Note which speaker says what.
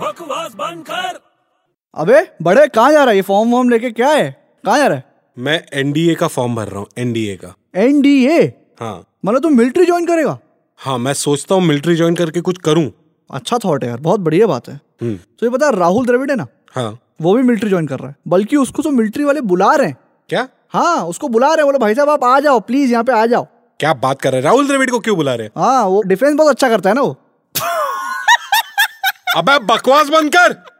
Speaker 1: बकवास बंद कर
Speaker 2: अबे बड़े कहाँ जा रहा है ये फॉर्म वॉर्म लेके क्या है कहाँ जा रहा है
Speaker 3: मैं एनडीए का फॉर्म भर रहा हूँ एनडीए का
Speaker 2: एनडीए
Speaker 3: हाँ
Speaker 2: मतलब तू मिलिट्री ज्वाइन करेगा
Speaker 3: हाँ मैं सोचता हूँ मिलिट्री ज्वाइन करके कुछ करूँ
Speaker 2: अच्छा थॉट है यार बहुत बढ़िया बात है
Speaker 3: हम्म।
Speaker 2: तो ये पता है राहुल द्रविड़ है ना
Speaker 3: हाँ
Speaker 2: वो भी मिलिट्री ज्वाइन कर रहा है बल्कि उसको तो मिलिट्री वाले बुला रहे हैं
Speaker 3: क्या
Speaker 2: हाँ उसको बुला रहे हैं बोले भाई साहब आप आ जाओ प्लीज यहाँ पे आ जाओ
Speaker 3: क्या बात कर रहे हैं राहुल द्रविड़ को क्यों बुला रहे हैं
Speaker 2: हाँ वो डिफेंस बहुत अच्छा करता है ना वो
Speaker 3: अबे बकवास बंद कर